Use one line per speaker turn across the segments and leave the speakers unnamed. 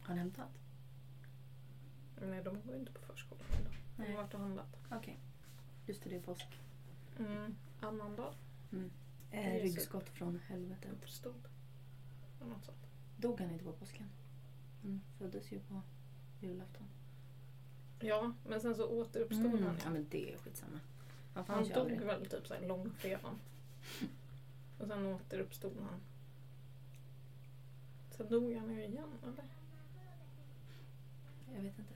Har han hämtat?
Nej, de går inte på förskolan idag. De
Nej.
har varit och handlat.
Okej. Just det, det är påsk.
Mm. Annandag
Eh,
Det är så.
ryggskott från helvetet.
uppstod. Eller något sånt.
Dog han inte på påsken? Mm. Föddes ju på julafton.
Ja, men sen så återuppstod han
Mm. Ja
ju.
men det är skitsamma. Han
Han
fanns ju
dog
aldrig.
väl typ såhär långfredagen. Och sen återuppstod han. Sen dog han ju igen eller?
Jag vet inte.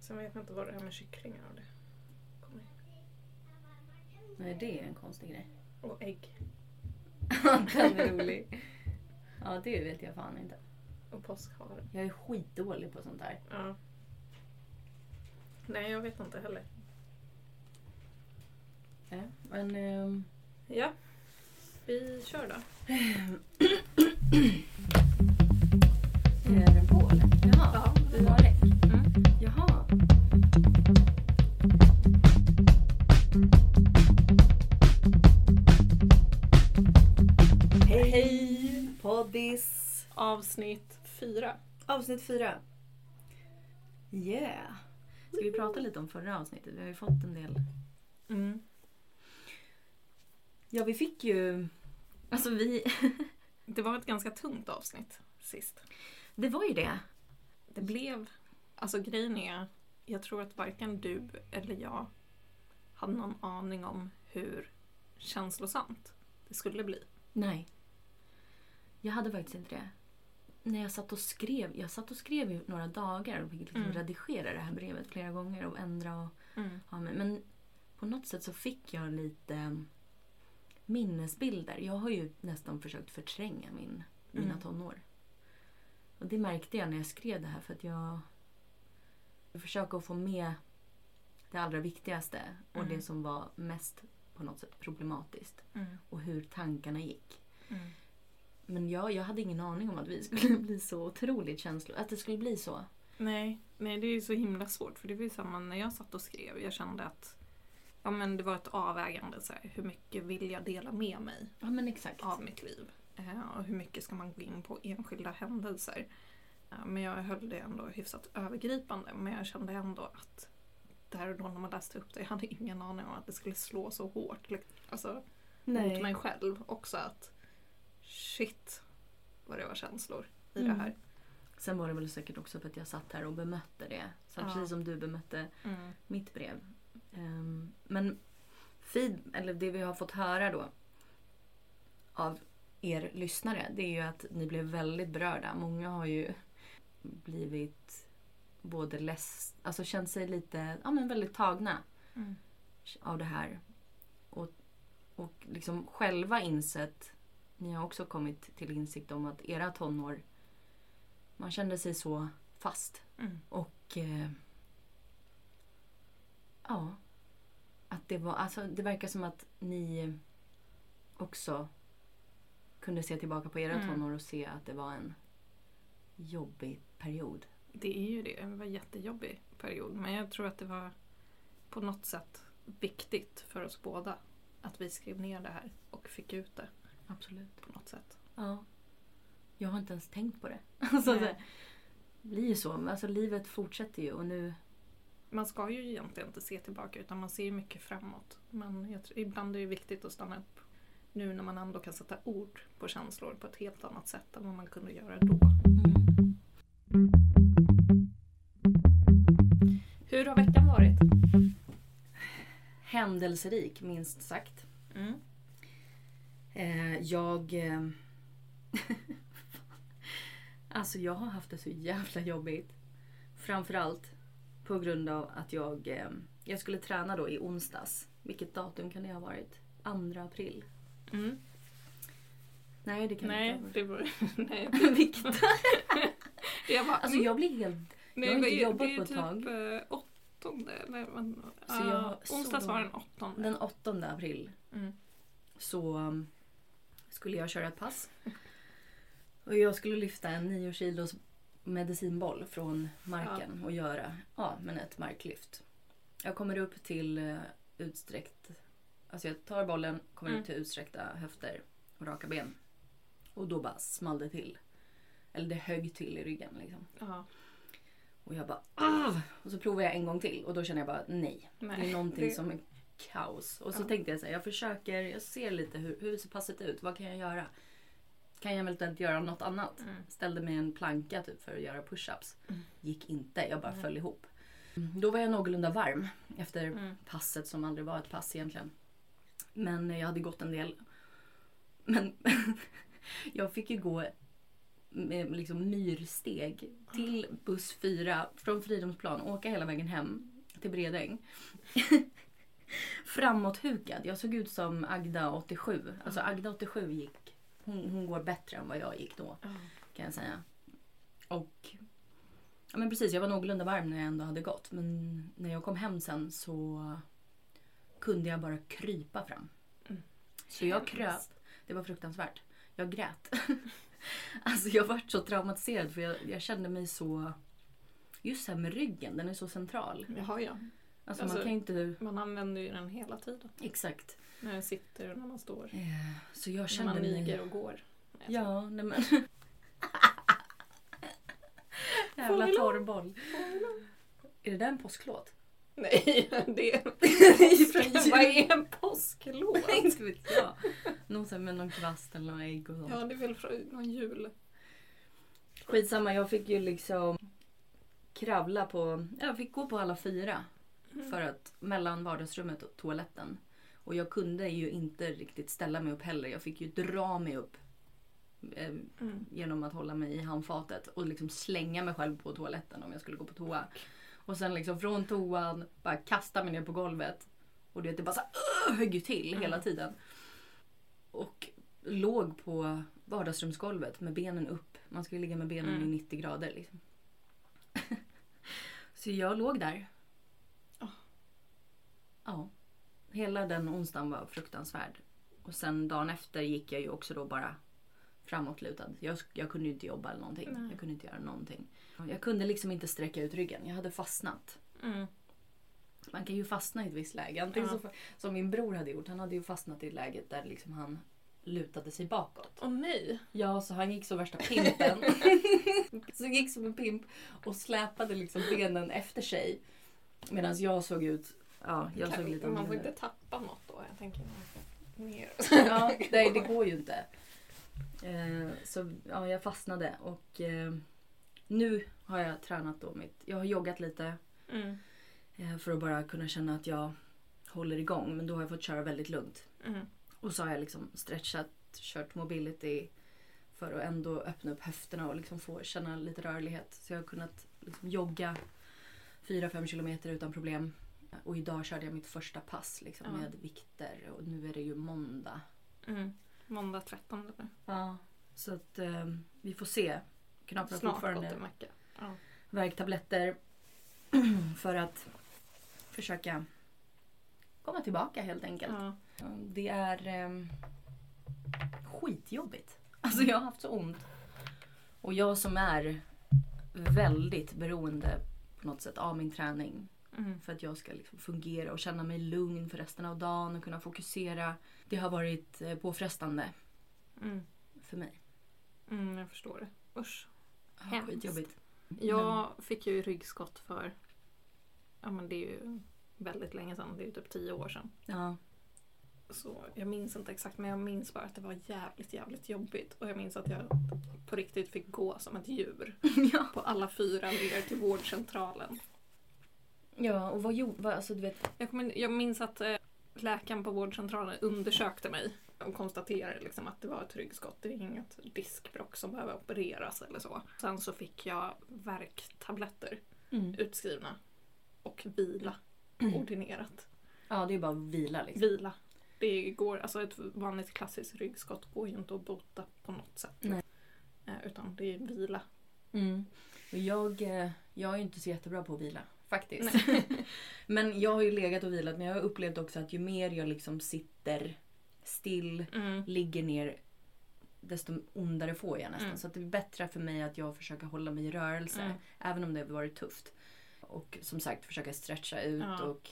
Sen vet jag inte vad det är med kycklingar och det. Kommer.
Nej det är en konstig grej.
Och ägg.
Den är rolig. Ja det vet jag fan inte.
Och påskhare.
Jag är skitdålig på sånt där.
Ja. Nej, jag vet inte heller.
Ja, men ehm,
Ja. Vi kör då.
är den på eller? Jaha,
Ja,
vi har det. Jaha. Hej poddis!
Avsnitt fyra.
Avsnitt fyra. Yeah! Ska vi prata lite om förra avsnittet? Vi har ju fått en del
Mm.
Ja, vi fick ju... Alltså vi...
Det var ett ganska tungt avsnitt sist.
Det var ju det.
Det blev... Alltså grejen är, jag tror att varken du eller jag hade någon aning om hur känslosamt det skulle bli.
Nej. Jag hade faktiskt inte det. När jag satt och skrev, jag satt och skrev i några dagar och fick liksom
Mm.
redigera det här brevet flera gånger och ändra och ha med. Men på något sätt så fick jag lite minnesbilder. Jag har ju nästan försökt förtränga min, mina
Mm.
tonår. Och det märkte jag när jag skrev det här för att jag, jag försöker att få med det allra viktigaste och
Mm.
det som var mest på något sätt problematiskt
Mm.
och hur tankarna gick.
Mm.
Men jag, jag hade ingen aning om att vi skulle bli så otroligt känslor. Att det skulle bli så.
Nej, nej, det är ju så himla svårt för det var ju samma när jag satt och skrev. Jag kände att ja, men det var ett avvägande. Så här, hur mycket vill jag dela med mig
Ja men exakt.
av mitt liv? Eh, och hur mycket ska man gå in på enskilda händelser? Eh, men jag höll det ändå hyfsat övergripande. Men jag kände ändå att där och då när man läste upp det, jag hade ingen aning om att det skulle slå så hårt. liksom. Alltså mot mig själv också att shit vad det var känslor i
Mm.
det här.
Sen var det väl säkert också för att jag satt här och bemötte det. Så
Ja.
Precis som du bemötte
Mm.
mitt brev. Ehm, men feed, eller det vi har fått höra då av er lyssnare det är ju att ni blev väldigt berörda. Många har ju blivit både less, alltså känt sig lite, ja men väldigt tagna
Mm.
av det här. Och, och liksom själva insett, ni har också kommit till insikt om att era tonår, man kände sig så fast.
Mm.
Och eh, ja, att det var, alltså det verkar som att ni också kunde se tillbaka på era
Mm.
tonår och se att det var en jobbig period.
Det är ju det. Det var en jättejobbig period. Men jag tror att det var på något sätt viktigt för oss båda att vi skrev ner det här och fick ut det
Absolut.
på något sätt.
Ja. Jag har inte ens tänkt på det. Alltså,
Nej.
det blir ju så. men Alltså, livet fortsätter ju och nu...
Man ska ju egentligen inte se tillbaka utan man ser ju mycket framåt. Men jag tror, ibland är det viktigt att stanna upp nu när man ändå kan sätta ord på känslor på ett helt annat sätt än vad man kunde göra då. Hur har veckan varit?
Händelserik, minst sagt.
Mm.
Eh, jag... Eh, alltså jag har haft det så jävla jobbigt. Framförallt på grund av att jag... Eh, jag skulle träna då i onsdags. Vilket datum kan det ha varit? 2 april?
Mm.
Nej, det kan det
Nej,
inte ha varit.
det var... Nej.
Vilket
Jag bara,
Alltså
mm.
jag blir helt...
Nej,
Jag har
det
inte
är-
jobbat
det är
på ett tag.
typ eh, åttonde eller vad
Så jag
Ja,
har så
Onsdags var
dålig-
den åttonde.
Den 8 april
Mm.
så um, skulle jag köra ett pass. Och jag skulle lyfta en 9 kilos medicinboll från marken och göra ja, men ett marklyft. Jag kommer upp till eh, utsträckt... Alltså jag tar bollen, kommer
Mm.
upp till utsträckta höfter och raka ben. Och då bara small det till. Eller det högg till i ryggen liksom.
Ja.
Och jag bara Arr! Och så provade jag en gång till och då kände jag bara nej.
Nej,
det är någonting
det-
som är kaos. Och så
Ja.
tänkte jag så här, jag försöker, jag ser lite hur, hur ser passet ut? Vad kan jag göra? Kan jag eventuellt göra något annat?
Mm.
Ställde mig en planka typ för att göra push-ups.
Mm.
Gick inte, jag bara
Nej.
föll ihop. Mm, Då var jag någorlunda varm efter
Mm.
passet som aldrig var ett pass egentligen. Men jag hade gått en del. Men jag fick ju gå med liksom myrsteg till buss 4 från Fridhemsplan, åka hela vägen hem till Bredäng. Framåthukad. Jag såg ut som Agda 87. Alltså Agda 87 gick, hon, hon går bättre än vad jag gick då
Ja.
kan jag säga. Och ja, men precis, jag var någorlunda varm när jag ändå hade gått. Men när jag kom hem sen så kunde jag bara krypa fram.
Mm.
Så jag
Hemskt.
kröp. Det var fruktansvärt. Jag grät. alltså jag vart så traumatiserad för jag, jag kände mig så... Just det här med ryggen, den är så central.
Jaha, ja.
Alltså,
Alltså-
man kan ju inte...
Man använder ju den hela tiden.
Exakt.
När man sitter och när man står.
Eh, Så jag
När
kände
man
mig...
niger och går. Nej, jag
Ja, nej men. Jävla
Fågelholm.
torrboll. Är det där en påsklåt?
Nej, det
Ska-
är... Vad är en påsklåt?
Inte vet jag. Någon sån här med någon kvast eller några ägg och sånt.
Ja, det är väl från någon jul.
Skitsamma, jag fick ju liksom kravla på... Jag fick gå på alla fyra. För att mellan vardagsrummet och toaletten. Och jag kunde ju inte riktigt ställa mig upp heller. Jag fick ju dra mig upp. Eh,
Mm.
genom att hålla mig i handfatet och liksom slänga mig själv på toaletten om jag skulle gå på toa. Och sen liksom från toan bara kasta mig ner på golvet. Och det, det bara så här, "Åh!" högg ju till hela tiden. Och låg på vardagsrumsgolvet med benen upp. Man ska ju ligga med benen
Mm.
i 90 grader liksom. så jag låg där.
Ah.
Ja. Hela den onsdagen var fruktansvärd. Och sen dagen efter gick jag ju också då bara framåtlutad. Jag, jag kunde ju inte jobba eller någonting.
Nej.
Jag kunde inte göra någonting. Jag kunde liksom inte sträcka ut ryggen. Jag hade fastnat.
Mm.
Man kan ju fastna i ett visst läge. Antingen
Ja.
så, som min bror hade gjort. Han hade ju fastnat i ett läge där liksom han lutade sig bakåt.
Åh nej!
Ja, så han gick som värsta pimpen. så gick som en pimp och släpade liksom benen efter sig. Medan jag såg ut... Ja, jag såg
Kan-
lite
man får
annorlunda
inte tappa något då. Jag tänker man får ner.
Ja, nej det går ju inte. Eh, så ja, jag fastnade och eh, nu har jag tränat då mitt... Jag har joggat lite
Mm.
eh, för att bara kunna känna att jag håller igång. Men då har jag fått köra väldigt lugnt.
Mm.
Och så har jag liksom stretchat, kört mobility för att ändå öppna upp höfterna och liksom få känna lite rörlighet. Så jag har kunnat liksom jogga 4-5 kilometer utan problem. Och idag körde jag mitt första pass liksom,
Ja.
med vikter och nu är det ju måndag.
Mm. Måndag 13 nu.
Ja, så att eh, vi får se. Knaprar
Snart
fortfarande
gottemacka. Ja.
värktabletter för att försöka komma tillbaka helt enkelt.
Ja.
Det är eh, skitjobbigt. Alltså jag har haft så ont. Och jag som är väldigt beroende på något sätt av min träning
Mm.
för att jag ska liksom fungera och känna mig lugn för resten av dagen och kunna fokusera. Det har varit eh, påfrestande
Mm.
för mig.
Mm, jag förstår det. Usch.
Ja,
Hemskt.
Skitjobbigt.
Jag fick ju ryggskott för, ja men det är ju väldigt länge sedan, det är ju typ tio år sedan.
Ja.
Så jag minns inte exakt men jag minns bara att det var jävligt jävligt jobbigt och jag minns att jag på riktigt fick gå som ett djur
ja.
på alla fyra ner till vårdcentralen.
Ja, och vad gjorde... vad- Alltså du vet...
Jag, kommer, jag minns att eh, läkaren på vårdcentralen undersökte mig och konstaterade liksom att det var ett ryggskott. Det är inget diskbråck som behöver opereras eller så. Sen så fick jag värktabletter utskrivna och vila
Mm.
Mm. ordinerat.
Ja, det är bara att vila liksom.
Vila. Det går, alltså ett vanligt klassiskt ryggskott går ju inte att bota på något sätt.
Nej.
Eh, Utan det är vila.
Mm. Och jag, eh, jag är ju inte så jättebra på att vila. Faktiskt. men jag har ju legat och vilat men jag har upplevt också att ju mer jag liksom sitter still,
Mm.
ligger ner desto ondare får jag nästan.
Mm.
Så att det är bättre för mig att jag försöker hålla mig i rörelse.
Mm.
Även om det har varit tufft. Och som sagt försöka stretcha ut
Ja.
och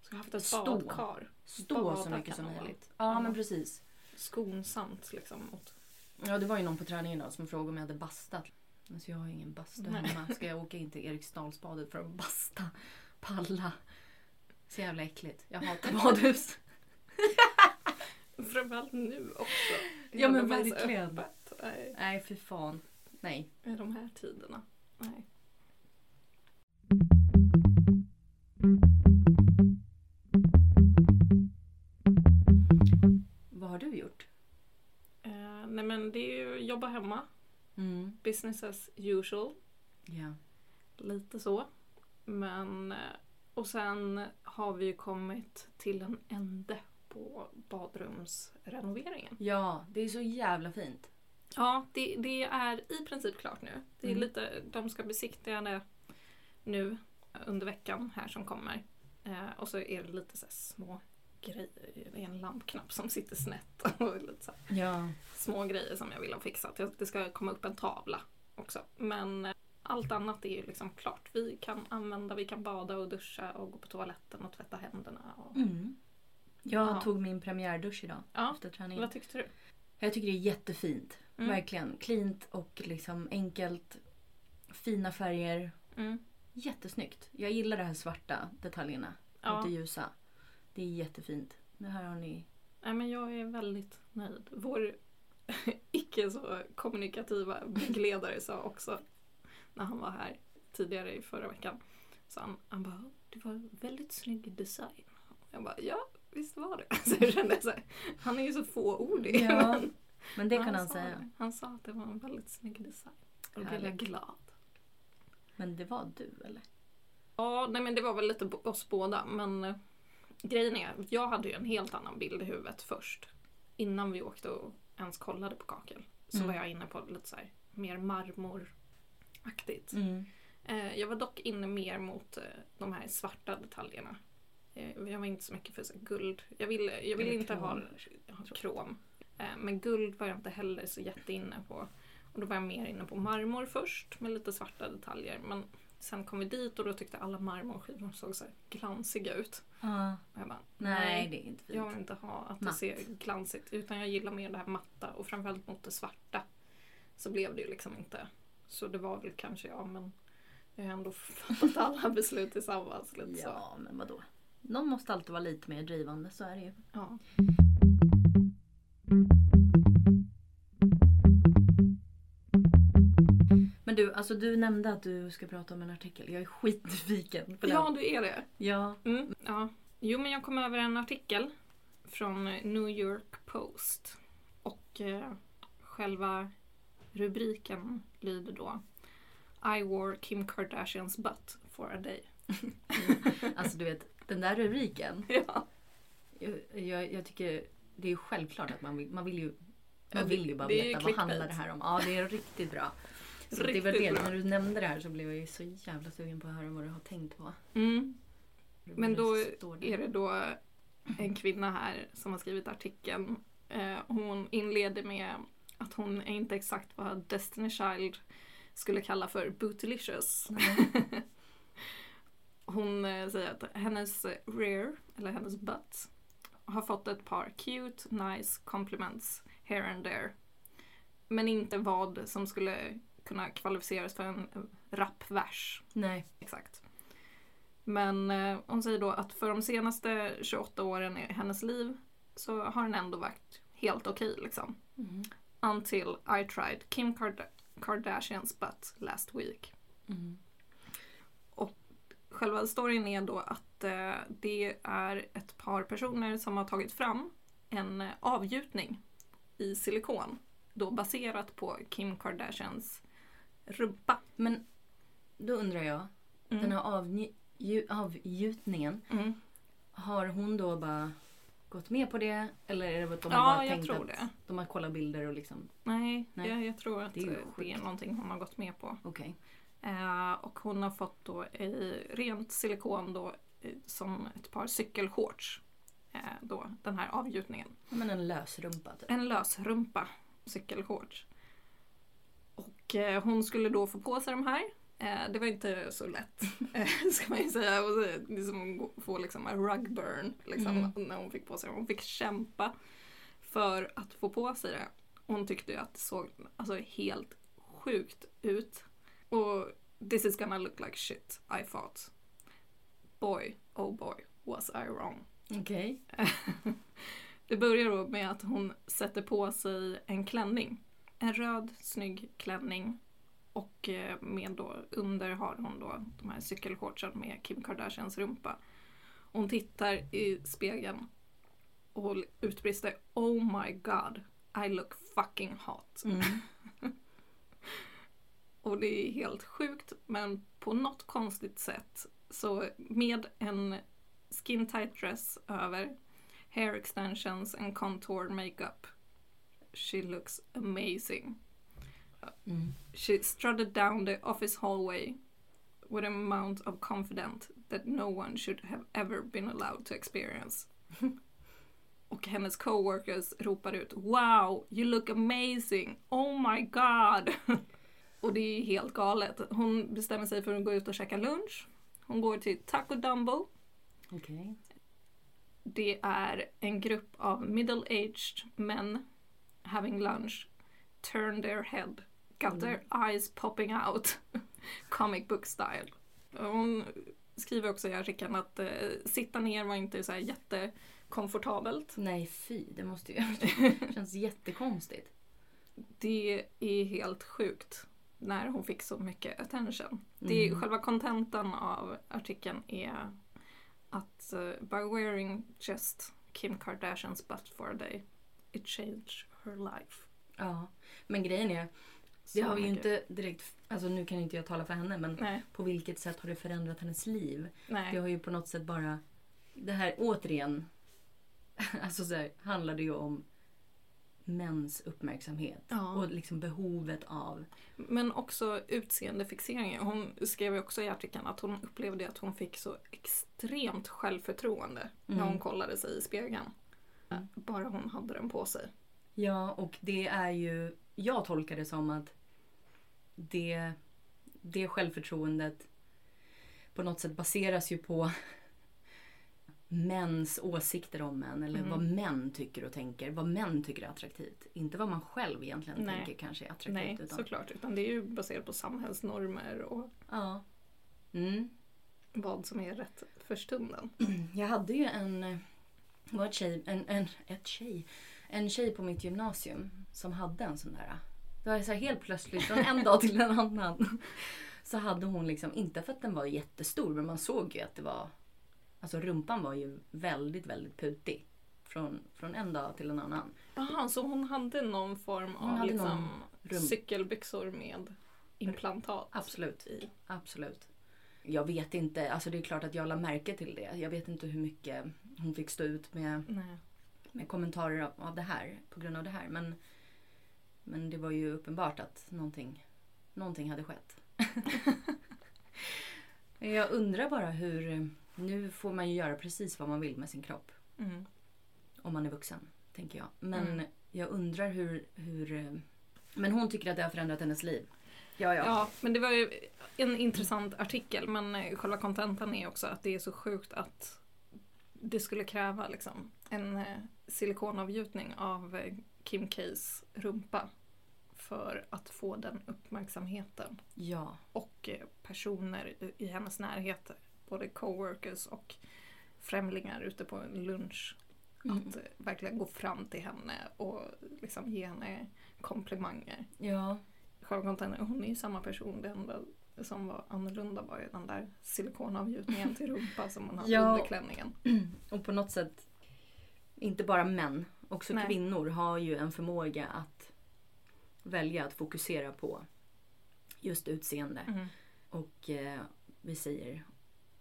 Så jag har haft ett
Stå.
badkar.
stå
Bada
så mycket
kan
som
man vara.
möjligt. Ja
Ja.
men precis.
Skonsamt liksom mot
Ja, det var ju någon på träningen idag som frågade om jag hade bastat. Alltså jag har ju ingen bastu
Nej.
hemma. Ska jag åka in till Eriksdalsbadet för att basta? Palla? Så jävla äckligt. Jag hatar badhus.
Framförallt nu också.
Ja, men
Det är så
verkligen.
öppet. Nej,
Nej, fy fan. Nej.
eh, I de här tiderna. Nej.
Vad har du gjort?
Eh, nej men det är ju jobba hemma.
Mm.
Business as usual.
Ja.
Lite så. Men, eh, och sen har vi ju kommit till en ände på badrumsrenoveringen.
ja, det är så jävla fint.
Ja, det, det är i princip klart nu. Det är
Mm.
lite, de ska besiktiga det nu eh, under veckan här som kommer. Eh, och så är det lite så här små grejer. Det är en lampknapp som sitter snett och lite så här
Ja.
små grejer som jag vill ha fixat. Jag- Det ska komma upp en tavla också. Men eh, allt annat är ju liksom klart. Vi kan använda, vi kan bada och duscha och gå på toaletten och tvätta händerna. Och...
Mm. Jag
Ja.
tog min premiärdusch idag
Ja,
efter träningen.
vad tyckte du?
Jag tycker det är jättefint.
Mm.
Verkligen. Cleant och liksom enkelt. Fina färger.
Mm.
Jättesnyggt. Jag gillar de här svarta detaljerna.
Ja.
Inte ljusa. Det är jättefint. Det här har ni.
Nej, men jag är väldigt nöjd. Vår icke så kommunikativa byggledare sa också när han var här tidigare i förra veckan. Så han, han bara, det var väldigt snygg design. Jag bara, ja visst var det. Så jag kände så här, han är ju så fåordig.
Ja, Men det
Men
kan han
sa
säga.
det. Han sa att det var en väldigt snygg design. Och då blev jag
Härligt.
glad.
Men det var du eller?
Ja, nej men det var väl lite bo- oss båda. Men eh, grejen är, jag hade ju en helt annan bild i huvudet först. Innan vi åkte och ens kollade på kakel. Så
Mm.
var jag inne på lite så här, mer marmoraktigt.
Mm.
Eh, jag var dock inne mer mot eh, de här svarta detaljerna. Eh, jag var inte så mycket för så här, guld. Jag ville, jag ville
Eller
inte ha
krom.
Ja, krom. Eh, Men guld var jag inte heller så jätteinne på. Och då var jag mer inne på marmor först med lite svarta detaljer. Men sen kom vi dit och då tyckte alla marmorskivor såg så här glansiga ut.
Ja.
Och jag bara,
Nej, det är inte fint.
jag vill inte ha att det
Matt.
ser glansigt Utan jag gillar mer det här matta och framförallt mot det svarta. Så blev det ju liksom inte. Så det var väl kanske jag men jag har ändå fattat alla beslut tillsammans. Lite så.
Ja, men vadå? Någon måste alltid vara lite mer drivande, så är det ju.
Ja.
Men du, alltså du nämnde att du ska prata om en artikel. Jag är skitnyfiken på den.
ja, du är det.
ja.
Mm, ja. Jo, men jag kom över en artikel från New York Post. Och eh, själva rubriken lyder då I wore Kim Kardashians butt for a day.
Alltså du vet, den där rubriken.
Ja.
Jag, jag, jag tycker det är självklart att man vill, man vill ju
Ja,
man
det-
vill ju bara
det är ju
veta vad handlar det
clickbait.
här om. Ja, det är riktigt bra. Så det var
Riktigt
det.
bra.
När du nämnde det här så blev jag ju så jävla sugen på att höra vad du har tänkt på.
Mm. Men då
Vad det står där.
Är det då en kvinna här som har skrivit artikeln. Eh, hon inleder med att hon är inte exakt vad Destiny Child skulle kalla för bootylicious. Hon eh, säger att hennes eh, rear, eller hennes butt, har fått ett par cute, nice compliments here and there. Men inte vad som skulle kunna kvalificeras för en eh, rappvers.
Nej.
Exakt. Men eh, hon säger då att för de senaste 28 åren i hennes liv så har den ändå varit helt okej liksom.
Mm.
Until I tried Kim Karda- Kardashians butt last week.
Mm.
Själva storyn är då att eh, det är ett par personer som har tagit fram en eh, avgjutning i silikon. Då baserat på Kim Kardashians rumpa.
Men då undrar jag,
Mm.
den här avnj- ju- avgjutningen,
Mm.
har hon då bara gått med på det? Eller är det bara att de har
Ja,
bara
jag
tänkt
tror
att
det.
de har kollat bilder och liksom,
Nej,
Nej.
Jag, jag tror att
Det är
det
ju
är, det är
sjukt.
någonting hon har gått med på.
okej.
Eh, och hon har fått då i rent silikon då eh, som ett par cykelshorts. Eh, då den här avgjutningen.
Ja, Men en lösrumpa typ.
En lösrumpa cykelshorts. Och eh, hon skulle då få på sig de här. Eh, det var inte så lätt, eh, ska man ju säga. Och så, liksom, hon gå- får liksom en rug burn liksom,
Mm.
när hon fick på sig dem. Hon fick kämpa för att få på sig det. Hon tyckte ju att det såg alltså, helt sjukt ut. Och this is gonna look like shit, I thought. Boy, oh boy, was I wrong.
Okej.
Det börjar då med att hon sätter på sig en klänning. En röd snygg klänning. Och eh, med då, under har hon då de här cykelshortsen med Kim Kardashians rumpa. Hon tittar i spegeln och utbrister Oh my god, I look fucking hot.
Mm.
Och det är helt sjukt men på något konstigt sätt så med en skin tight dress över, hair extensions and contour makeup. She looks amazing.
Mm.
She strutted down the office hallway with an amount of confidence that no one should have ever been allowed to experience. Och hennes coworkers ropar ut Wow, you look amazing! Oh my god! och det är helt galet. Hon bestämmer sig för att gå ut och käka lunch. Hon går till Taco Dumbo.
Okej.
Det är en grupp av middle-aged men having lunch, turn their head, got their eyes popping out, comic book style. Hon skriver också i artikeln att eh, sitta ner var inte så här jättekomfortabelt.
Nej fy, det måste ju... Det känns jättekonstigt.
Det är helt sjukt när hon fick så mycket attention. Det är,
Mm.
själva kontentan av artikeln är att eh, by wearing just Kim Kardashians butt for a day it changed her life.
Ja. Men grejen är, det
Så
har vi ju
mycket.
inte direkt... Alltså nu kan inte jag tala för henne men
Nej,
på vilket sätt har det förändrat hennes liv? Det
nej.
har ju på något sätt bara... Det här återigen... Alltså så här, handlar det ju om mäns uppmärksamhet.
Ja.
Och liksom behovet av...
Men också utseendefixeringen. Hon skrev ju också i artikeln att hon upplevde att hon fick så extremt självförtroende när
Mm.
hon kollade sig i spegeln.
Mm.
Bara hon hade den på sig.
Ja, och det är ju... Jag tolkar det som att det, det självförtroendet på något sätt baseras ju på mäns åsikter om en eller
Mm.
vad män tycker och tänker. Vad män tycker är attraktivt. Inte vad man själv egentligen
Nej.
tänker kanske är attraktivt.
Nej,
utan,
såklart. Utan det är ju baserat på samhällsnormer och
ja. mm.
vad som är rätt för stunden.
Jag hade ju en, eh, var ett tjej, en, en, ett tjej, en tjej på mitt gymnasium som hade en sån där. eh, Det var så här helt plötsligt från en dag till en annan. Så hade hon liksom, inte för att den var jättestor, men man såg ju att det var, alltså rumpan var ju väldigt, väldigt putig. Från, från en dag till en annan.
Jaha, så hon hade någon form
Hon
av
hade
liksom,
rum-
cykelbyxor med implantat?
Absolut.
I.
Absolut. Jag vet inte, alltså det är klart att jag la märke till det. Jag vet inte hur mycket hon fick stå ut med
Nej.
med kommentarer av, av det här på grund av det här. Men, men det var ju uppenbart att någonting, någonting hade skett. Jag undrar bara hur... Nu får man ju göra precis vad man vill med sin kropp
Mm.
om man är vuxen, tänker jag. Men
Mm.
jag undrar hur, hur... eh, Men hon tycker att det har förändrat hennes liv. Ja, ja.
Ja, men det var ju en intressant artikel men eh, själva kontentan är också att det är så sjukt att det skulle kräva liksom, en eh, silikonavgjutning av eh, Kim Ks rumpa för att få den uppmärksamheten.
ja.
Och eh, personer i- i hennes närhet, både coworkers och främlingar ute på en lunch,
Mm.
att eh, verkligen gå fram till henne och liksom, ge henne komplimanger
ja.
själva kontentan, hon är ju samma person. Det enda som var annorlunda var ju den där silikonavgjutningen till rumpa som hon hade
Ja.
under klänningen.
Och på något sätt, inte bara män, också
Nej.
kvinnor har ju en förmåga att välja att fokusera på just utseende.
Mm.
Och eh, vi säger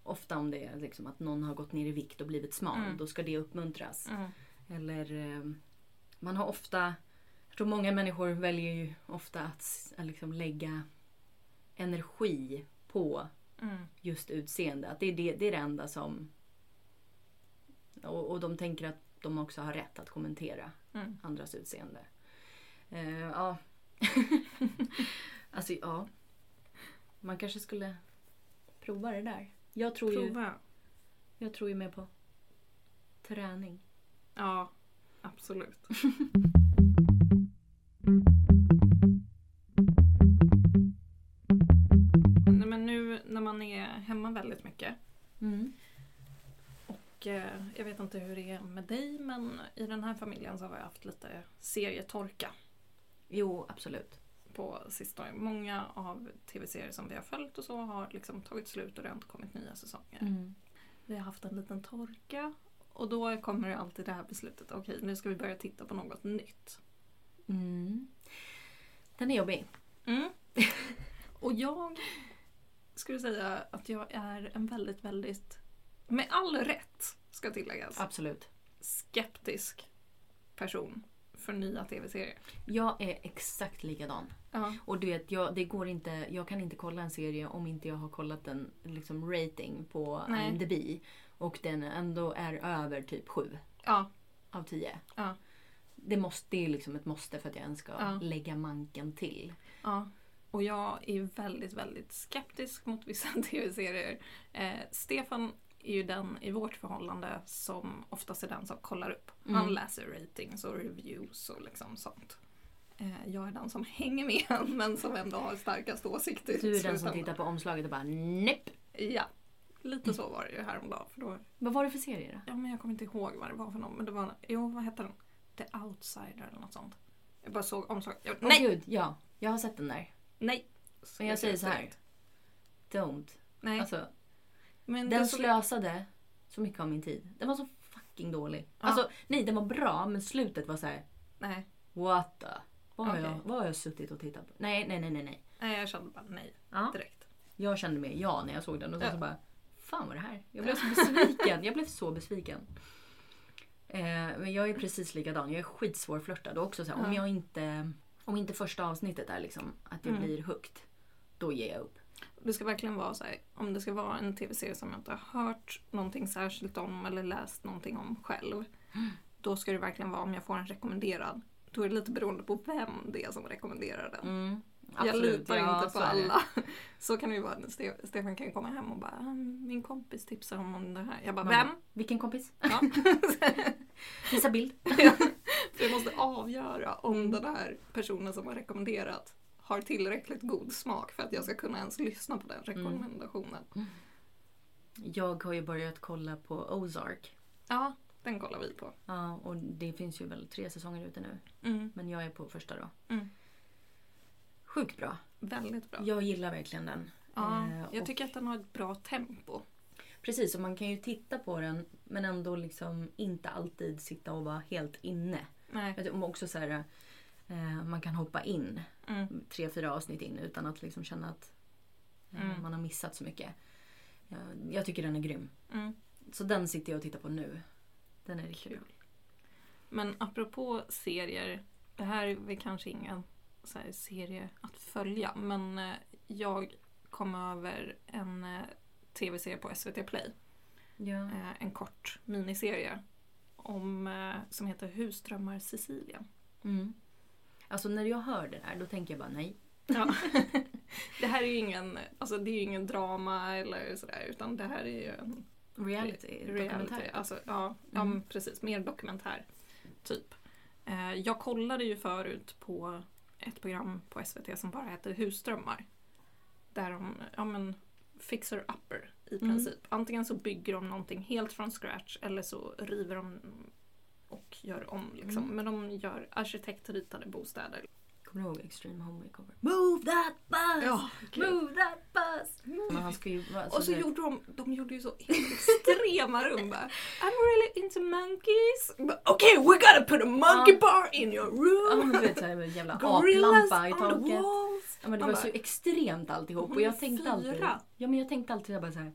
ofta om det är liksom att någon har gått ner i vikt och blivit smal,
Mm.
då ska det uppmuntras.
Mm.
Eller eh, man har ofta, jag tror många människor väljer ju ofta att, s- att liksom lägga energi på
Mm.
just utseende. Att det är det, det, är det enda som... Och, och de tänker att de också har rätt att kommentera
Mm.
andras utseende. Eh, ja. alltså, ja. Man kanske skulle prova det där. Jag tror, ju,
Prova.
jag tror ju mer på träning.
Ja, absolut. Nej, men nu när man är hemma väldigt mycket
Mm.
och eh, jag vet inte hur det är med dig men i den här familjen så har vi haft lite serietorka
Jo, absolut.
på sistone. Många av tv-serier som vi har följt och så har liksom tagit slut och det har inte kommit nya säsonger.
Mm.
Vi har haft en liten torka och då kommer alltid det här beslutet. Okej, nu ska vi börja titta på något nytt.
Mm. Den är jobbig.
Mm. och jag skulle säga att jag är en väldigt, väldigt, med all rätt ska tilläggas,
Absolut.
skeptisk person för nya tv-serier.
Jag är exakt likadan.
Ja.
Och du vet, jag, det går inte, jag kan inte kolla en serie om inte jag har kollat en liksom, rating på
Nej.
IMDB. Och den ändå är över typ 7
ja.
av 10.
Ja.
Det, måste, det är liksom ett måste för att jag ens ska
Ja.
lägga manken till.
Ja. Och jag är väldigt, väldigt skeptisk mot vissa tv-serier. Eh, Stefan är ju den i vårt förhållande som oftast är den som kollar upp. Han
Mm.
läser ratings och reviews och liksom sånt. Eh, jag är den som hänger med han men som ändå har starkast åsikter. i
Du är den som
slutändan.
tittar på omslaget och bara NEP!
Ja. Lite så var det ju häromdagen. För då,
Vad var det för serie då?
ja, men jag kommer inte ihåg vad det var för någon. Men det var, jo, vad hette den? The Outsider eller något sånt. Jag bara såg omslaget. Jag-
Åh
Nej!
gud, ja. Jag har sett den där.
Nej!
Men jag säger så här. Don't.
Nej.
Alltså,
men det
den
såg-
slösade så mycket av min tid. Den var så fucking dålig.
Ja.
Alltså, nej den var bra men slutet var så här.
Nej.
What the? Vad har, jag,
Okej.
vad har jag suttit och tittat på? Nej, nej, nej, nej. nej.
Nej, jag kände bara nej
Ja.
direkt.
Jag kände mig ja när jag såg den och sen
Ja.
så bara Fan vad är det här? Jag blev så besviken. Jag blev så besviken. Eh, men jag är precis likadan. Jag är skitsvårflörtad och också så här, om
Ja.
jag inte Om inte första avsnittet är liksom att jag
Mm.
blir hooked. Då ger jag upp.
Det ska verkligen vara så här, om det ska vara en tv-serie som jag inte har hört någonting särskilt om eller läst någonting om själv. Då ska det verkligen vara om jag får en rekommenderad. Då är det lite beroende på vem det är som rekommenderar den.
Mm,
jag litar
Ja,
inte
så
på
är det.
alla. Så kan det ju vara. Ste- Stefan kan komma hem och bara "Ah, min kompis tipsar om det här. Jag bara
Man
vem?
bara, Vilken kompis?
Ja.
Visa bild.
För jag måste avgöra
Mm.
om den här personen som har rekommenderat har tillräckligt god smak för att jag ska kunna ens lyssna på den rekommendationen.
Mm. Jag har ju börjat kolla på Ozark.
Ja, den kollar vi på.
Ja, och det finns ju väl tre säsonger ute nu. Men jag är på första då.
Mm.
Sjukt bra.
Väldigt bra.
Jag gillar verkligen den.
Ja,
Eh,
jag
och-
tycker att den har ett bra tempo.
Precis, och man kan ju titta på den men ändå liksom inte alltid sitta och vara helt inne.
Nej.
Jag tycker också så här, eh, man kan hoppa in
Mm.
tre, fyra avsnitt in utan att liksom känna att eh,
Mm.
man har missat så mycket. Eh, jag tycker den är grym.
Mm.
Så den sitter jag och tittar på nu. Den är riktigt bra.
Men apropå serier, det här är väl kanske ingen så här serie att följa, men eh, jag kom över en eh, tv-serie på SVT Play,
Ja.
eh, en kort miniserie om, eh, som heter Husdrömmar Sicilien.
Mm. Alltså när jag hör det där då tänker jag bara nej.
Ja. det här är ju ingen, alltså det är ju ingen drama eller sådär, utan det här är ju en
Reality.
Reality.
Dokumentär.
Alltså, ja, ja,
Mm.
men precis. Mer dokumentär, typ. Eh, jag kollade ju förut på ett program på SVT som bara heter Husdrömmar. Där de, ja men, fixer-upper i
Mm.
princip. Antingen så bygger de någonting helt från scratch eller så river de och gör om liksom.
Mm.
Men de gör arkitektritade bostäder.
Kommer du ihåg Extreme Home Makeover? Move that bus!
Alltså,
Move that bus! Men han ska ju vara... alltså,
Och så
du vet-
gjorde de, de gjorde ju så extrema rum bara. I'm really into monkeys. But okay, we gotta put a monkey
Ja.
bar in your
Ja
room.
men du vet såhär med en jävla
Gorillas
aplampa i
on the
taket.
walls.
Ja, men det
Man
var
bara,
så extremt alltihop
hon
och
är
jag tänkte alltid...
fyra.
Ja men jag tänkte alltid jag bara såhär...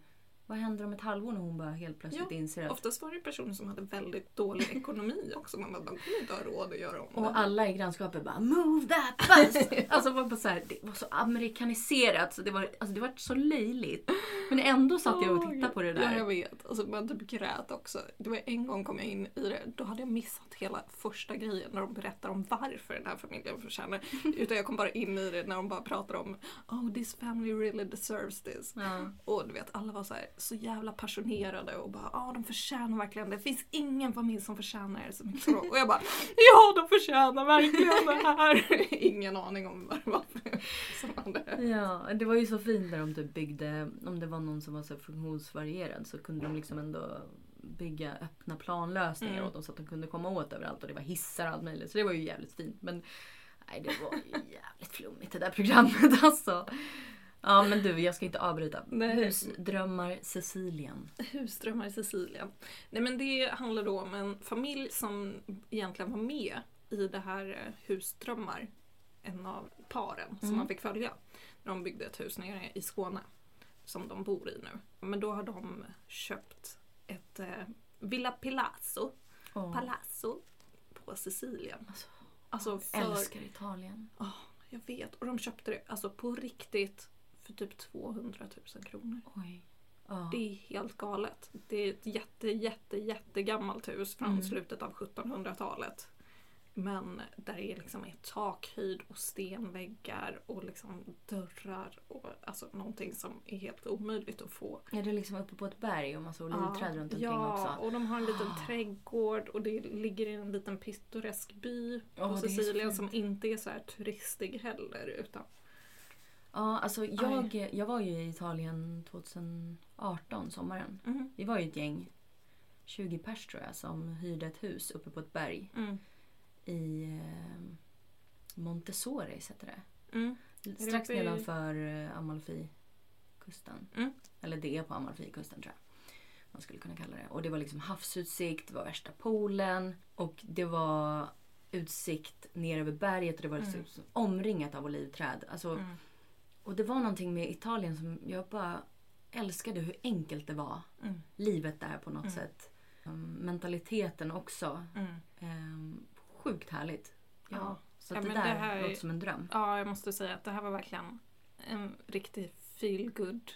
Vad händer om ett halvår när hon bara helt plötsligt inser att...
Oftast var det personer som hade väldigt dålig ekonomi också. Man bara, de kommer inte ha råd att göra om det.
Och alla i grannskapet bara “Move that bus!” Alltså man bara så här, det var så amerikaniserat så det var, alltså det var så löjligt. Men ändå satt jag och tittade på det
Ja, jag
där.
vet. Alltså, man typ grät också. Det var en gång kom jag in i det, då hade jag missat hela första grejen när de berättar om varför den här familjen förtjänar. Utan jag kom bara in i det när de bara pratar om Oh this family really deserves this.
Ja.
Och du vet, alla var så här, så jävla passionerade och bara ja de förtjänar verkligen det. Det finns ingen familj som förtjänar det så mycket som de." Och jag bara ja de förtjänar verkligen det här. ingen aning om vad det var för- som hade.
Ja, det var ju så fint när de typ byggde, om det var någon som var så här funktionsvarierad så kunde de liksom ändå bygga öppna planlösningar
Mm.
åt dem så att de kunde komma åt överallt och det var hissar och allt möjligt. Så det var ju jävligt fint. Men nej, det var ju jävligt flummigt det där programmet alltså. Ja men du, jag ska inte avbryta.
Nej.
Husdrömmar Cecilien.
Husdrömmar i Sicilien. Nej men det handlar då om en familj som egentligen var med i det här eh, Husdrömmar. En av paren som
Mm.
man fick följa. När de byggde ett hus nere i Skåne. Som de bor i nu. Men då har de köpt ett eh, Villa Palazzo,
Åh,
Palazzo på Sicilien.
Alltså,
Alltså för,
Älskar Italien.
jag vet. Och de köpte det alltså på riktigt för typ 200 000 kronor.
Oj. Ja.
Det är helt galet. Det är ett jätte, jätte, jättegammalt hus från
Mm.
slutet av 1700-talet. Men där det liksom är takhöjd och stenväggar och liksom dörrar och alltså någonting som är helt omöjligt att få.
Är det liksom uppe på ett berg och massa olivträd runt omkring
ja,
också?
och de har en liten
Ah.
trädgård och det ligger i en liten pittoresk by
Åh, det
på
är så
Sicilien
fint.
som inte är så här turistig heller. Utan,
Ja, alltså jag, jag var ju i Italien 2018, sommaren.
mm,
Vi var ju ett gäng, 20 pers tror jag, som hyrde ett hus uppe på ett berg
mm,
i eh, Montesores heter det.
mm. det
Strax
uppe i-
nedanför eh, Amalfikusten.
Mm.
Eller det är på Amalfikusten tror jag. Man skulle kunna kalla det. Och det var liksom havsutsikt, det var värsta poolen och det var utsikt ner över berget och det var liksom
Mm.
omringat av olivträd. Alltså,
Mm.
och det var någonting med Italien som jag bara älskade hur enkelt det var.
Mm.
Livet där på något
Mm.
sätt. Mm, Mentaliteten också.
Mm.
Ehm, sjukt härligt. Ja.
Ja.
Så
Ja,
att det
men
där
det här är-
låter som en dröm.
Ja, jag måste säga att det här var verkligen en riktig feel good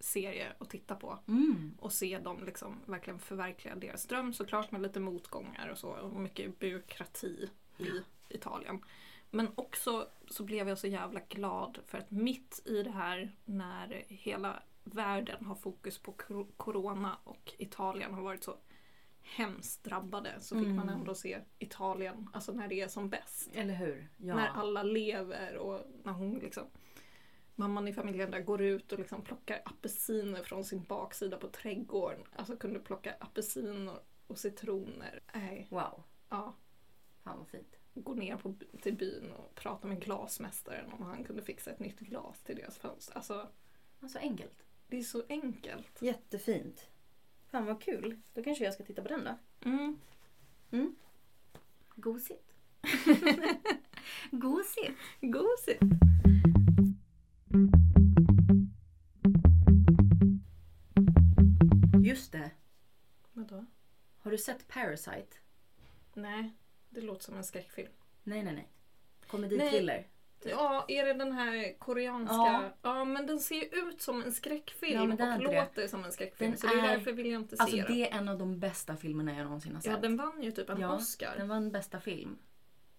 serie att titta på.
Mm.
Och se dem liksom verkligen förverkliga deras dröm såklart med lite motgångar och så. Och mycket byråkrati i Italien. Men också så blev jag så jävla glad för att mitt i det här när hela världen har fokus på kor- corona och Italien har varit så hemskt drabbade så fick man
Mm.
ändå se Italien, alltså när det är som bäst.
Eller hur? Ja.
När alla lever och när hon liksom Mamman i familjen där går ut och liksom plockar apelsiner från sin baksida på trädgården. Alltså kunde plocka apelsiner och citroner. Nej.
Wow.
Ja.
Fan vad fint.
Går ner på, by- till byn och pratar med glasmästaren om han kunde fixa ett nytt glas till deras fönster. Alltså,
Alltså enkelt.
det är så enkelt.
Jättefint. Fan vad kul. Då kanske jag ska titta på den då.
Mm.
Gosigt. Gosigt.
Gosigt.
Just det.
Vadå?
Har du sett Parasite?
Nej, det låter som en skräckfilm.
Nej, nej, nej.
Nej.
Komedi-thriller.
Ja, är det den här koreanska?
typ. Ja.
Ja, men den ser ju ut som en skräckfilm
Ja, men den är
och
inte det.
låter som en skräckfilm.
Den
så det är
är-
därför vill jag inte
Alltså
se den.
det är en av de bästa filmerna jag någonsin har sett.
Ja, den vann ju typ en
Ja,
Oscar.
den vann bästa film.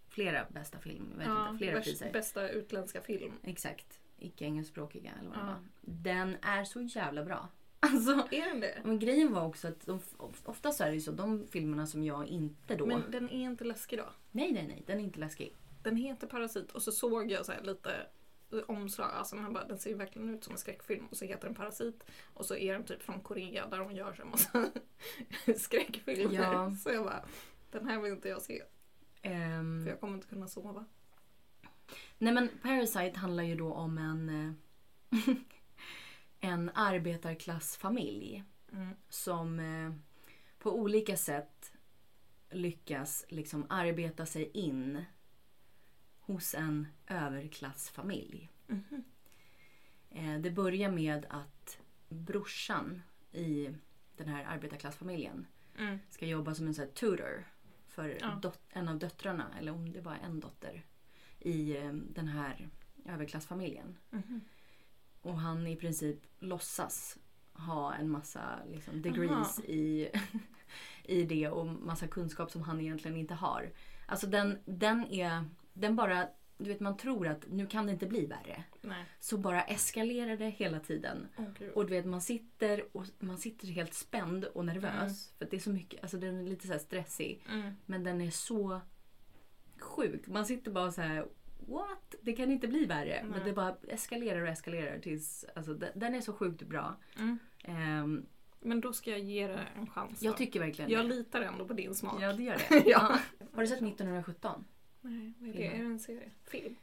Flera bästa film, jag vet
ja,
inte, flera
värst-
priser.
Bästa utländska film.
Exakt. Icke engelskspråkiga eller vad det
Ja.
var. Den är så jävla bra. Alltså,
Är den det?
men grejen var också att de, ofta så är det ju så, de filmerna som jag inte då...
Men den är inte läskig då.
Nej, nej, nej, den är inte läskig.
Den heter Parasit och så såg jag så här lite omslag. Alltså man bara, den ser ju verkligen ut som en skräckfilm och så heter den Parasit och så är den typ från Korea där de gör en massa skräckfilmer.
Ja.
Så jag bara, den här vill inte jag se
Ehm,
för jag kommer inte kunna sova.
Nej men Parasite handlar ju då om en, eh, en arbetarklassfamilj
Mm.
som eh, på olika sätt lyckas liksom arbeta sig in hos en överklassfamilj.
Mhm.
Eh, Det börjar med att brorsan i den här arbetarklassfamiljen
Mm.
ska jobba som en sån här tutor för
Ja.
dot- en av döttrarna, eller om det var en dotter, i eh, den här överklassfamiljen.
Mhm.
Och han i princip låtsas ha en massa liksom, degrees
Aha.
i, i det och massa kunskap som han egentligen inte har. Alltså den, den är, den bara du vet man tror att nu kan det inte bli värre.
Nej.
Så bara eskalerar det hela tiden.
Åh, gud.
Och du vet man sitter, och, man sitter helt spänd och nervös. För att det är så mycket, alltså den är lite så här stressig.
Mm.
Men den är så sjuk. Man sitter bara så här. What? Det kan inte bli värre. Men
Nej.
det bara eskalerar och eskalerar tills... Alltså, de- den är så sjukt bra.
Mm.
Ehm,
Men då ska jag ge det en chans.
jag
då.
tycker verkligen
jag
det.
litar ändå på din smak.
Ja, det gör det.
Ja.
Har du sett 1917?
Nej, vad är det?
Filmen.
Är det en serie? Film?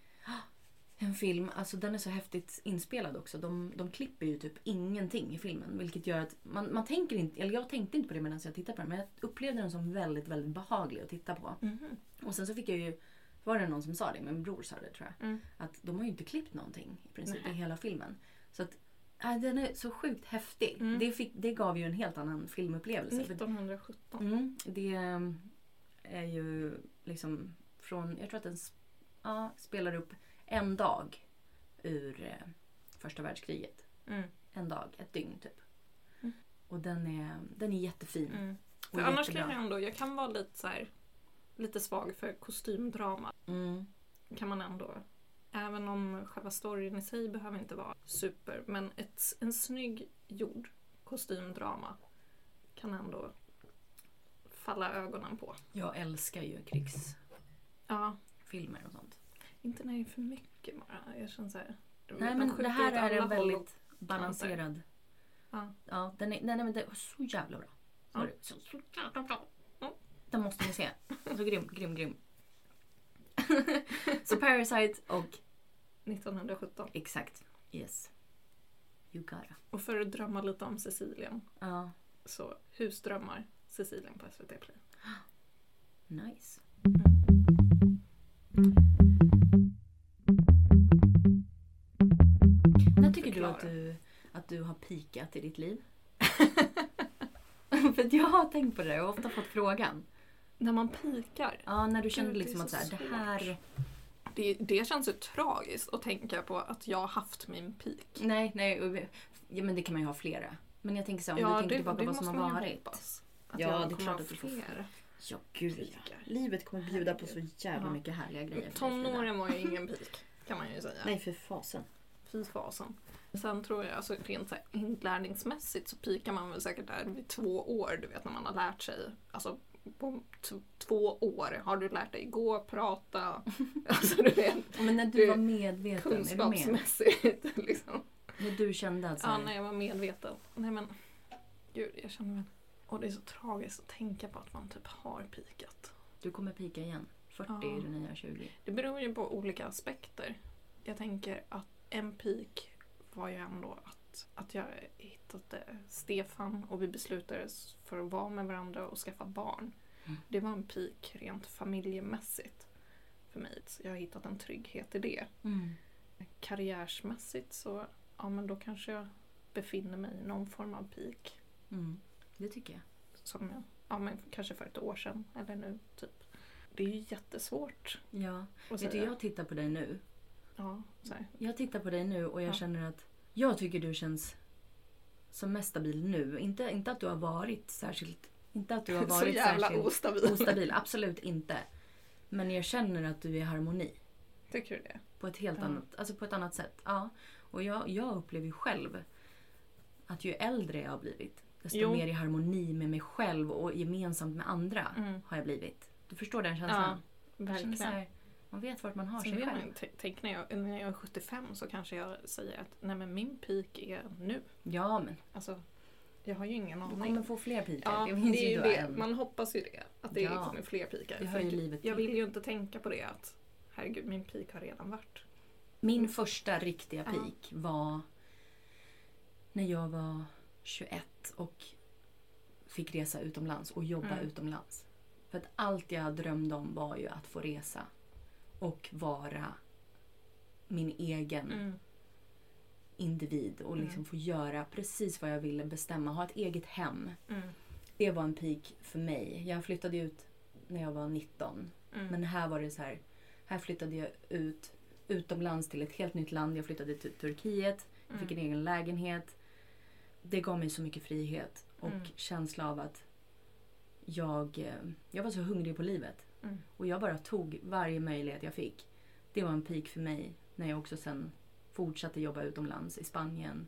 En film, alltså den är så häftigt inspelad också. De, de klipper ju typ ingenting i filmen. Vilket gör att man, man tänker inte, eller jag tänkte inte på det medan jag tittade på den. Men jag upplevde den som väldigt, väldigt behaglig att titta på. Och sen så fick jag ju, var det någon som sa det? Min bror sa det tror jag.
Mm.
att de har ju inte klippt någonting i princip
Nej.
i hela filmen. Så att äh, den är så sjukt häftig.
Mm.
Det, fick, det gav ju en helt annan filmupplevelse. För,
1917.
mm, det ehm, är ju liksom från, jag tror att den sp- ja, spelar upp en dag ur eh, första världskriget.
Mm.
En dag, ett dygn typ.
Mm.
Och den är, den är jättefin.
Mm.
Och
För annars
jättebra.
kan jag ändå, jag kan vara lite så här, lite svag för kostymdrama.
Mm.
Kan man ändå, även om själva storyn i sig behöver inte vara super, men ett, en snygg gjord kostymdrama kan ändå falla ögonen på.
Jag älskar ju krigsfilmer
Ja,
och sånt.
inte när det är för mycket bara. Jag känner så här,
Nej
de
men
skjuter
det här
åt
är
alla
en
håll och-
väldigt balanserad.
Ja.
Ja, den är, den är, den är så jävla bra.
Ja.
Så, så jävla bra. Den måste ni se. Så grym, grym, grym. så Parasite och
1917.
exakt. Yes. You gotta.
Och för att drömma lite om Sicilien,
Ja,
så Husdrömmar, Sicilien på SVT Play.
nice. När tycker du att,
Förklara.
du att du har pikat i ditt liv? För att jag har tänkt på det och ofta fått frågan.
När man pikar.
Ja, när du kände
Gud, det är
liksom att så
så
här, det
svårt.
här...
Det, det känns ju tragiskt att tänka på att jag har haft min peak.
Nej, nej. och vi- Ja, men det kan man ju ha flera. Men jag tänker så här, om du tänker tillbaka på vad som har
ju
varit.
hoppas. Att
Ja,
jag
det är
kommer
klart
ha
att du får
fler.
Ja, gud ja. Livet kommer bjuda på så jävla
Ja.
mycket härliga grejer. för dig, Frida.
Tonåren var ju ingen peak, kan man ju säga.
Nej, för fasen.
Fy fasen. Sen tror jag, alltså rent så här inlärningsmässigt så pikar man väl säkert där vid två år, du vet när man har lärt sig. Alltså på t- två år har du lärt dig gå, prata, alltså du vet
Men när du,
Du-
var medveten, är du med?
kunskapsmässigt. Liksom.
När du kände att så
Ja,
här,
när jag var medveten. Nej men, gud jag känner väl. Och det är så tragiskt att tänka på att man typ har pikat.
du kommer pika igen. 40
Ja.
är det nya 20.
Det beror ju på olika aspekter. Jag tänker att en peak var ju ändå att, att jag hittade Stefan och vi beslutade oss för att vara med varandra och skaffa barn.
Mm.
Det var en peak rent familjemässigt för mig. Så jag har hittat en trygghet i det.
Mm.
karriärsmässigt så ja, men då kanske jag befinner mig i någon form av peak.
Mm. Det tycker jag.
Som jag, ja, men kanske för ett år sedan eller nu. typ. Det är ju jättesvårt
Ja.
att
Vet du,
säga.
jag tittar på dig nu.
Ja, så här.
Jag tittar på dig nu och jag
Ja.
känner att jag tycker du känns som mest stabil nu. Inte, inte att du har varit särskilt... Inte att du har
så
varit
jävla
särskilt...
ostabil.
Ostabil, absolut inte. Men jag känner att du är i harmoni.
Tycker du det?
På ett helt
Ja.
annat, alltså på ett annat sätt. Ja. Och jag, jag upplever ju själv att ju äldre jag har blivit desto
Jo.
mer i harmoni med mig själv och gemensamt med andra
Mm.
har jag blivit. Du förstår den känslan? Jag känner så här, man vet vart man har
Sen
sig
vet
själv.
man, t- tänk när jag, när jag är 75 så kanske jag säger att nej men min peak är nu.
Ja men
Alltså, jag har ju ingen
du
aning.
kommer få fler pikar.
Ja,
det finns
det är ju
inte
det.
än.
Man hoppas ju det. Att det
Ja.
kommer fler pikar.
Det hör ju
För
livet
jag
till.
vill ju inte tänka på det att herregud, min pik har redan varit.
Min första riktiga
Mm. Ja.
peak var när jag var 21 och fick resa utomlands och jobba
Mm.
utomlands. För att allt jag drömde om var ju att få resa och vara min egen individ och liksom
Mm.
få göra precis vad jag ville bestämma. Ha ett eget hem.
Mm.
Det var en peak för mig. Jag flyttade ut när jag var 19
Mm.
men här var det så här. Här flyttade jag ut utomlands till ett helt nytt land. Jag flyttade till Turkiet. Jag fick
Mm.
en egen lägenhet. Det gav mig så mycket frihet och
Mm.
känsla av att jag, eh, jag var så hungrig på livet.
Mm.
Och jag bara tog varje möjlighet jag fick. det var en peak för mig när jag också sen fortsatte jobba utomlands i Spanien.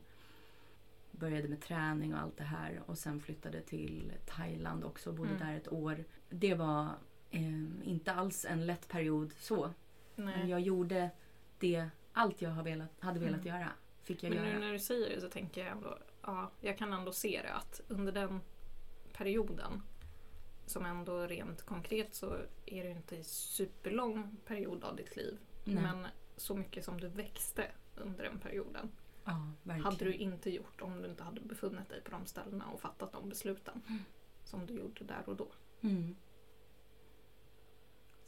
Började med träning och allt det här och sen flyttade till Thailand också och bodde
Mm.
där ett år. Det var eh, inte alls en lätt period så. Men jag gjorde det, allt jag har velat, hade velat
Mm.
göra fick jag
Men nu
göra.
när du säger det så tänker jag ändå, ja, jag kan ändå se det att under den perioden som ändå rent konkret så är det ju inte en superlång period av ditt liv.
Nej.
Men så mycket som du växte under den perioden
ja, verkligen.
hade du inte gjort om du inte hade befunnit dig på de ställena och fattat de besluten som du gjorde där och då.
Mm.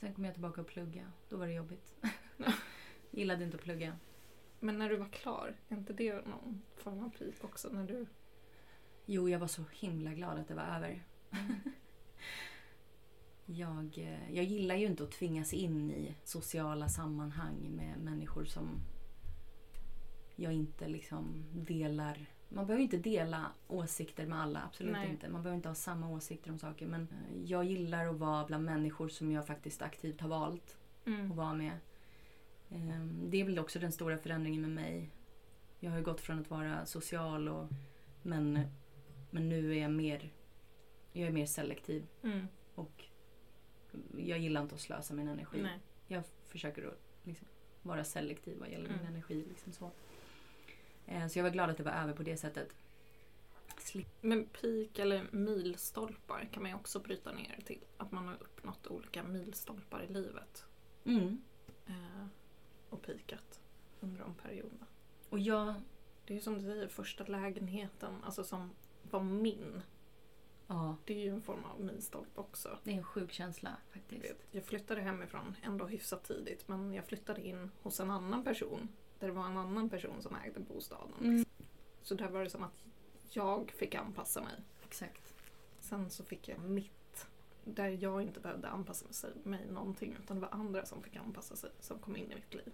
Sen kom jag tillbaka och plugga. Då var det jobbigt. Gillade inte att plugga.
Men när du var klar, är inte det någon form av peak också? När du...
Jo, jag var så himla glad att det var över. jag, eh, jag gillar ju inte att tvingas in i sociala sammanhang med människor som jag inte liksom delar. Man behöver inte dela åsikter med alla, absolut
Nej.
inte. Man behöver inte ha samma åsikter om saker. Men eh, jag gillar att vara bland människor som jag faktiskt aktivt har valt att vara med. Ehm, Det är väl också den stora förändringen med mig. Jag har ju gått från att vara social och men, men nu är jag mer jag är mer selektiv
Mm.
och jag gillar inte att slösa min energi.
Nej.
Jag försöker att liksom vara selektiv vad gäller min
Mm.
energi. Liksom så. Eh, så jag var glad att det var över på det sättet. Sli-
Men peak eller milstolpar kan man ju också bryta ner till. Att man har uppnått olika milstolpar i livet
Mm.
eh, och pikat under de perioderna.
Och jag...
Det är ju som du säger, första lägenheten, alltså som var min.
Ja,
Det är ju en form av milstolpe också.
det är en sjuk känsla
Jag
faktiskt.
vet, Jag flyttade hemifrån ändå hyfsat tidigt men jag flyttade in hos en annan person. Där det var en annan person som ägde bostaden.
Mm.
Så där var det som att jag fick anpassa mig.
Exakt.
Sen så fick jag mitt. Där jag inte behövde anpassa sig- mig någonting utan det var andra som fick anpassa sig som kom in i mitt liv.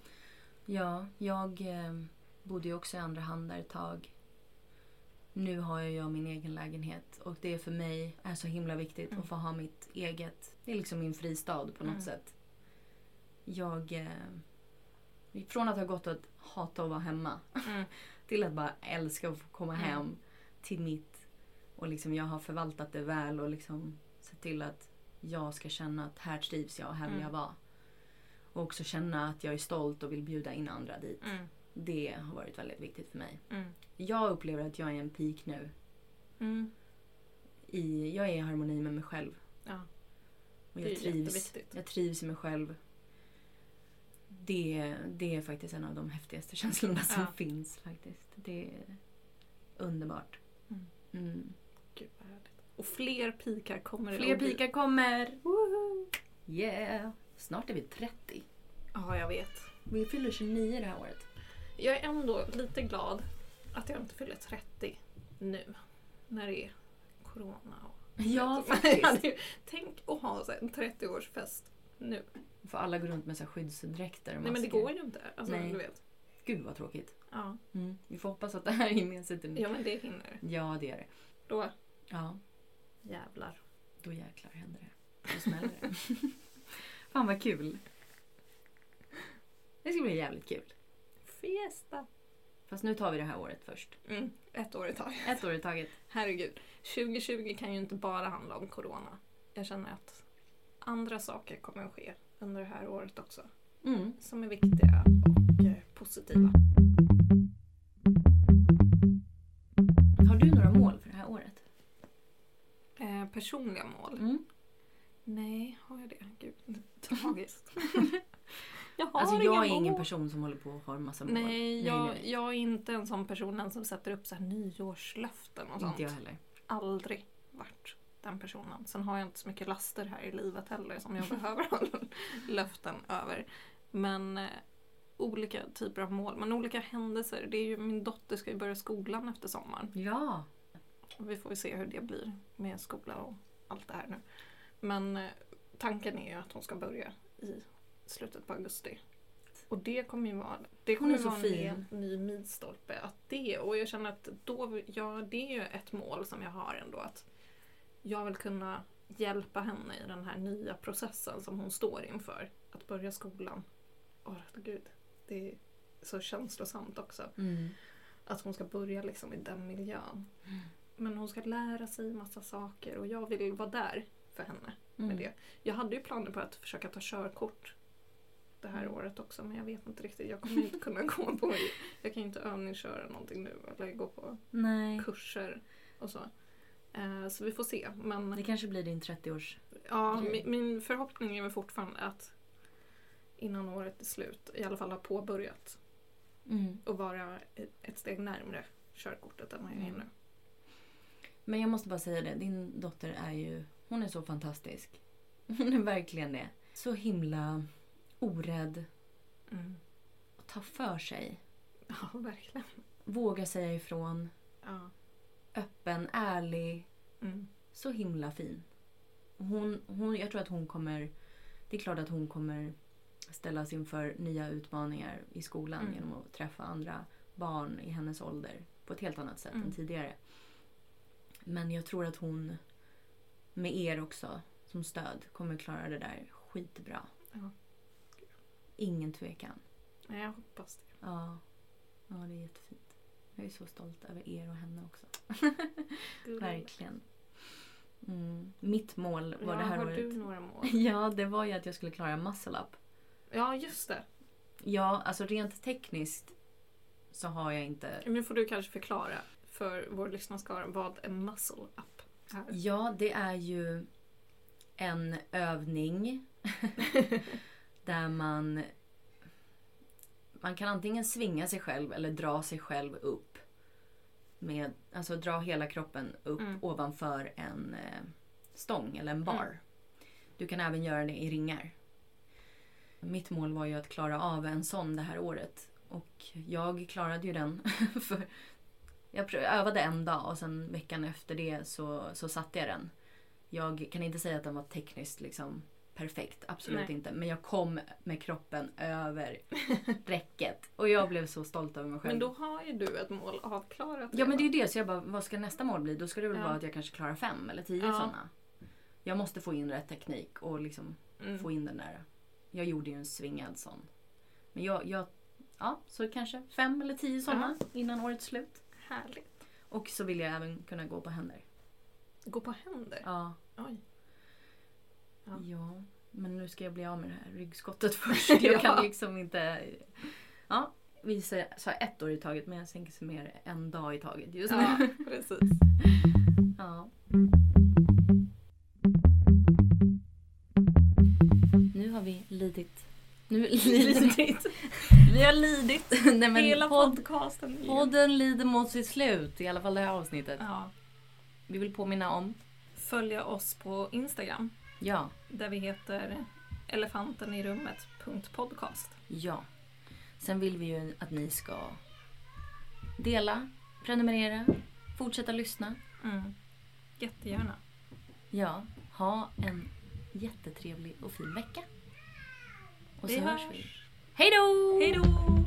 Ja, jag eh, bodde ju också i andra hand där ett tag. Nu har jag ju min egen lägenhet och det för mig är så himla viktigt
Mm.
att få ha mitt eget. Det är liksom min fristad på något
Mm.
sätt. Jag... Eh, från att ha gått att hata att vara hemma
Mm.
till att bara älska att få komma
Mm.
hem till mitt. Och liksom jag har förvaltat det väl och liksom sett till att jag ska känna att här trivs jag och här vill
Mm.
jag vara. Och också känna att jag är stolt och vill bjuda in andra dit.
Mm.
Det har varit väldigt viktigt för mig.
Mm.
Jag upplever att jag är en peak nu.
Mm.
I, jag är i harmoni med mig själv.
Ja.
Och
Det är
jag trivs,
jätteviktigt.
jag trivs i mig själv. Det, det är faktiskt en av de häftigaste känslorna som
Ja.
finns. faktiskt. Det är underbart.
Mm.
Mm.
Gud vad härligt. Och fler pikar kommer
Fler
att bli.
pikar kommer! Woho! Yeah! Snart är vi 30.
Ja, jag vet.
Vi fyller 29 det här året.
Jag är ändå lite glad att jag inte fyller 30 nu. När det är corona och...
Ja,
Jag
faktiskt.
hade ju- Tänk att ha så här en 30-årsfest nu.
För alla går runt med så här skyddsdräkter och
Nej men det
masker.
går ju inte. Alltså,
Nej.
Du vet.
Gud vad tråkigt.
Ja.
Mm. Vi får hoppas att det här är gemensamt.
ja, men det hinner.
Ja, det är det.
Då
Ja,
jävlar.
då jäklar händer det. Då smäller det. Fan vad kul. Det ska bli jävligt kul.
Fiesta!
Fast nu tar vi det här året först.
Mm, ett år i taget.
Ett år i taget.
Herregud. 2020 kan ju inte bara handla om corona. Jag känner att andra saker kommer att ske under det här året också.
Mm.
Som är viktiga och eh, positiva.
Har du några mål för det här året?
Eh, personliga mål?
Mm.
Nej, har jag det? Gud, tragiskt. jag har
Alltså
inga
jag är ingen
mål.
person som håller på och har en massa mål.
Nej,
nej,
jag,
nej.
jag är inte en sån personen som sätter upp så här nyårslöften och sånt.
Inte jag heller.
aldrig varit den personen. Sen har jag inte så mycket laster här i livet heller som jag behöver ha löften över. Men eh, olika typer av mål, men olika händelser. Det är ju, min dotter ska ju börja skolan efter sommaren.
Ja.
Vi får ju se hur det blir med skola och allt det här nu. Men eh, tanken är ju att hon ska börja i slutet på augusti. Och det kommer ju vara, det
Hon är
kommer
så
vara en
fin.
hel ny milstolpe. Att det, och jag känner att då, ja, det är ju ett mål som jag har ändå. Att jag vill kunna hjälpa henne i den här nya processen som hon står inför. Att börja skolan åh gud, det är så känslosamt också.
Mm.
Att hon ska börja liksom i den miljön. Men hon ska lära sig massa saker och jag vill vara där för henne.
Mm.
Med det. Jag hade ju planer på att försöka ta körkort det här
Mm.
året också men jag vet inte riktigt. Jag kommer inte kunna gå på... Jag kan ju inte övningsköra någonting nu eller gå på
Nej.
kurser och så. Eh, Så vi får se. Men
Det kanske blir din 30-års...
Ja,
Okej.
min, min förhoppning är väl fortfarande att innan året är slut i alla fall ha påbörjat
Mm.
och vara ett- ett steg närmre körkortet än vad jag är
Mm.
nu.
Men jag måste bara säga det, din dotter är ju... Hon är så fantastisk. Hon är verkligen det. Så himla orädd Mm. och ta för sig.
Ja, verkligen.
Våga säga ifrån.
Ja.
Öppen, ärlig.
Mm.
Så himla fin. Hon, hon, jag tror att hon kommer... Det är klart att hon kommer ställas inför nya utmaningar i skolan
Mm.
genom att träffa andra barn i hennes ålder på ett helt annat sätt
Mm.
än tidigare. Men jag tror att hon med er också som stöd kommer klara det där skitbra.
Ja.
Ingen tvekan.
Nej, jag hoppas det.
Ja. ja, det är jättefint. Jag är så stolt över er och henne också.
Gud.
Verkligen. Mm. Mitt mål var
Ja,
det här
har
året.
du några mål?
Ja, det var ju att jag skulle klara muscle up.
Ja, just det.
Ja, alltså rent tekniskt så har jag inte...
Nu får du kanske förklara för vår lyssnarskara vad en muscle up är.
Ja, det är ju en övning där man... Man kan antingen svinga sig själv eller dra sig själv upp. Med, alltså dra hela kroppen upp
Mm.
ovanför en eh, stång eller en bar.
Mm.
Du kan även göra det i ringar. Mitt mål var ju att klara av en sån det här året. Och jag klarade ju den. för jag prö- övade en dag och sen veckan efter det så, så satte jag den. Jag kan inte säga att den var tekniskt liksom perfekt, absolut
Nej.
inte. Men jag kom med kroppen över räcket. Och jag blev så stolt över mig själv.
Men då har ju du ett mål avklarat
Ja men det är
redan.
ju det, så jag bara, vad ska nästa mål bli? Då ska det väl
Ja.
vara att jag kanske klarar fem eller tio
Ja.
sådana. Jag måste få in rätt teknik och liksom
Mm.
få in den där. Jag gjorde ju en svingad sån. Men jag, jag ja, så kanske fem eller tio sådana innan årets slut.
Härligt.
Och så vill jag även kunna gå på händer.
Gå på händer.
Ja.
Oj. Ja.
ja. Men nu ska jag bli av med det här ryggskottet först. Jag
Ja.
kan liksom inte... Ja, vi sa sa ett år i taget men jag tänker så mer en dag i taget just nu.
Ja, precis.
Ja. Nu har vi lidit. Nu lidit. vi har lidit. Nej, men
Hela
podd,
podcasten är ju-
podden lider mot sitt slut. I alla fall det här avsnittet.
Ja.
Vi vill påminna om.
Följa oss på Instagram
Ja.
där vi heter elefanteniRummet.podcast.
Ja. Sen vill vi ju att ni ska dela, prenumerera, fortsätta lyssna.
Mm. Jättegärna.
Ja. Ha en jättetrevlig och fin vecka. Och så hörs vi. Hej då!
Hej då!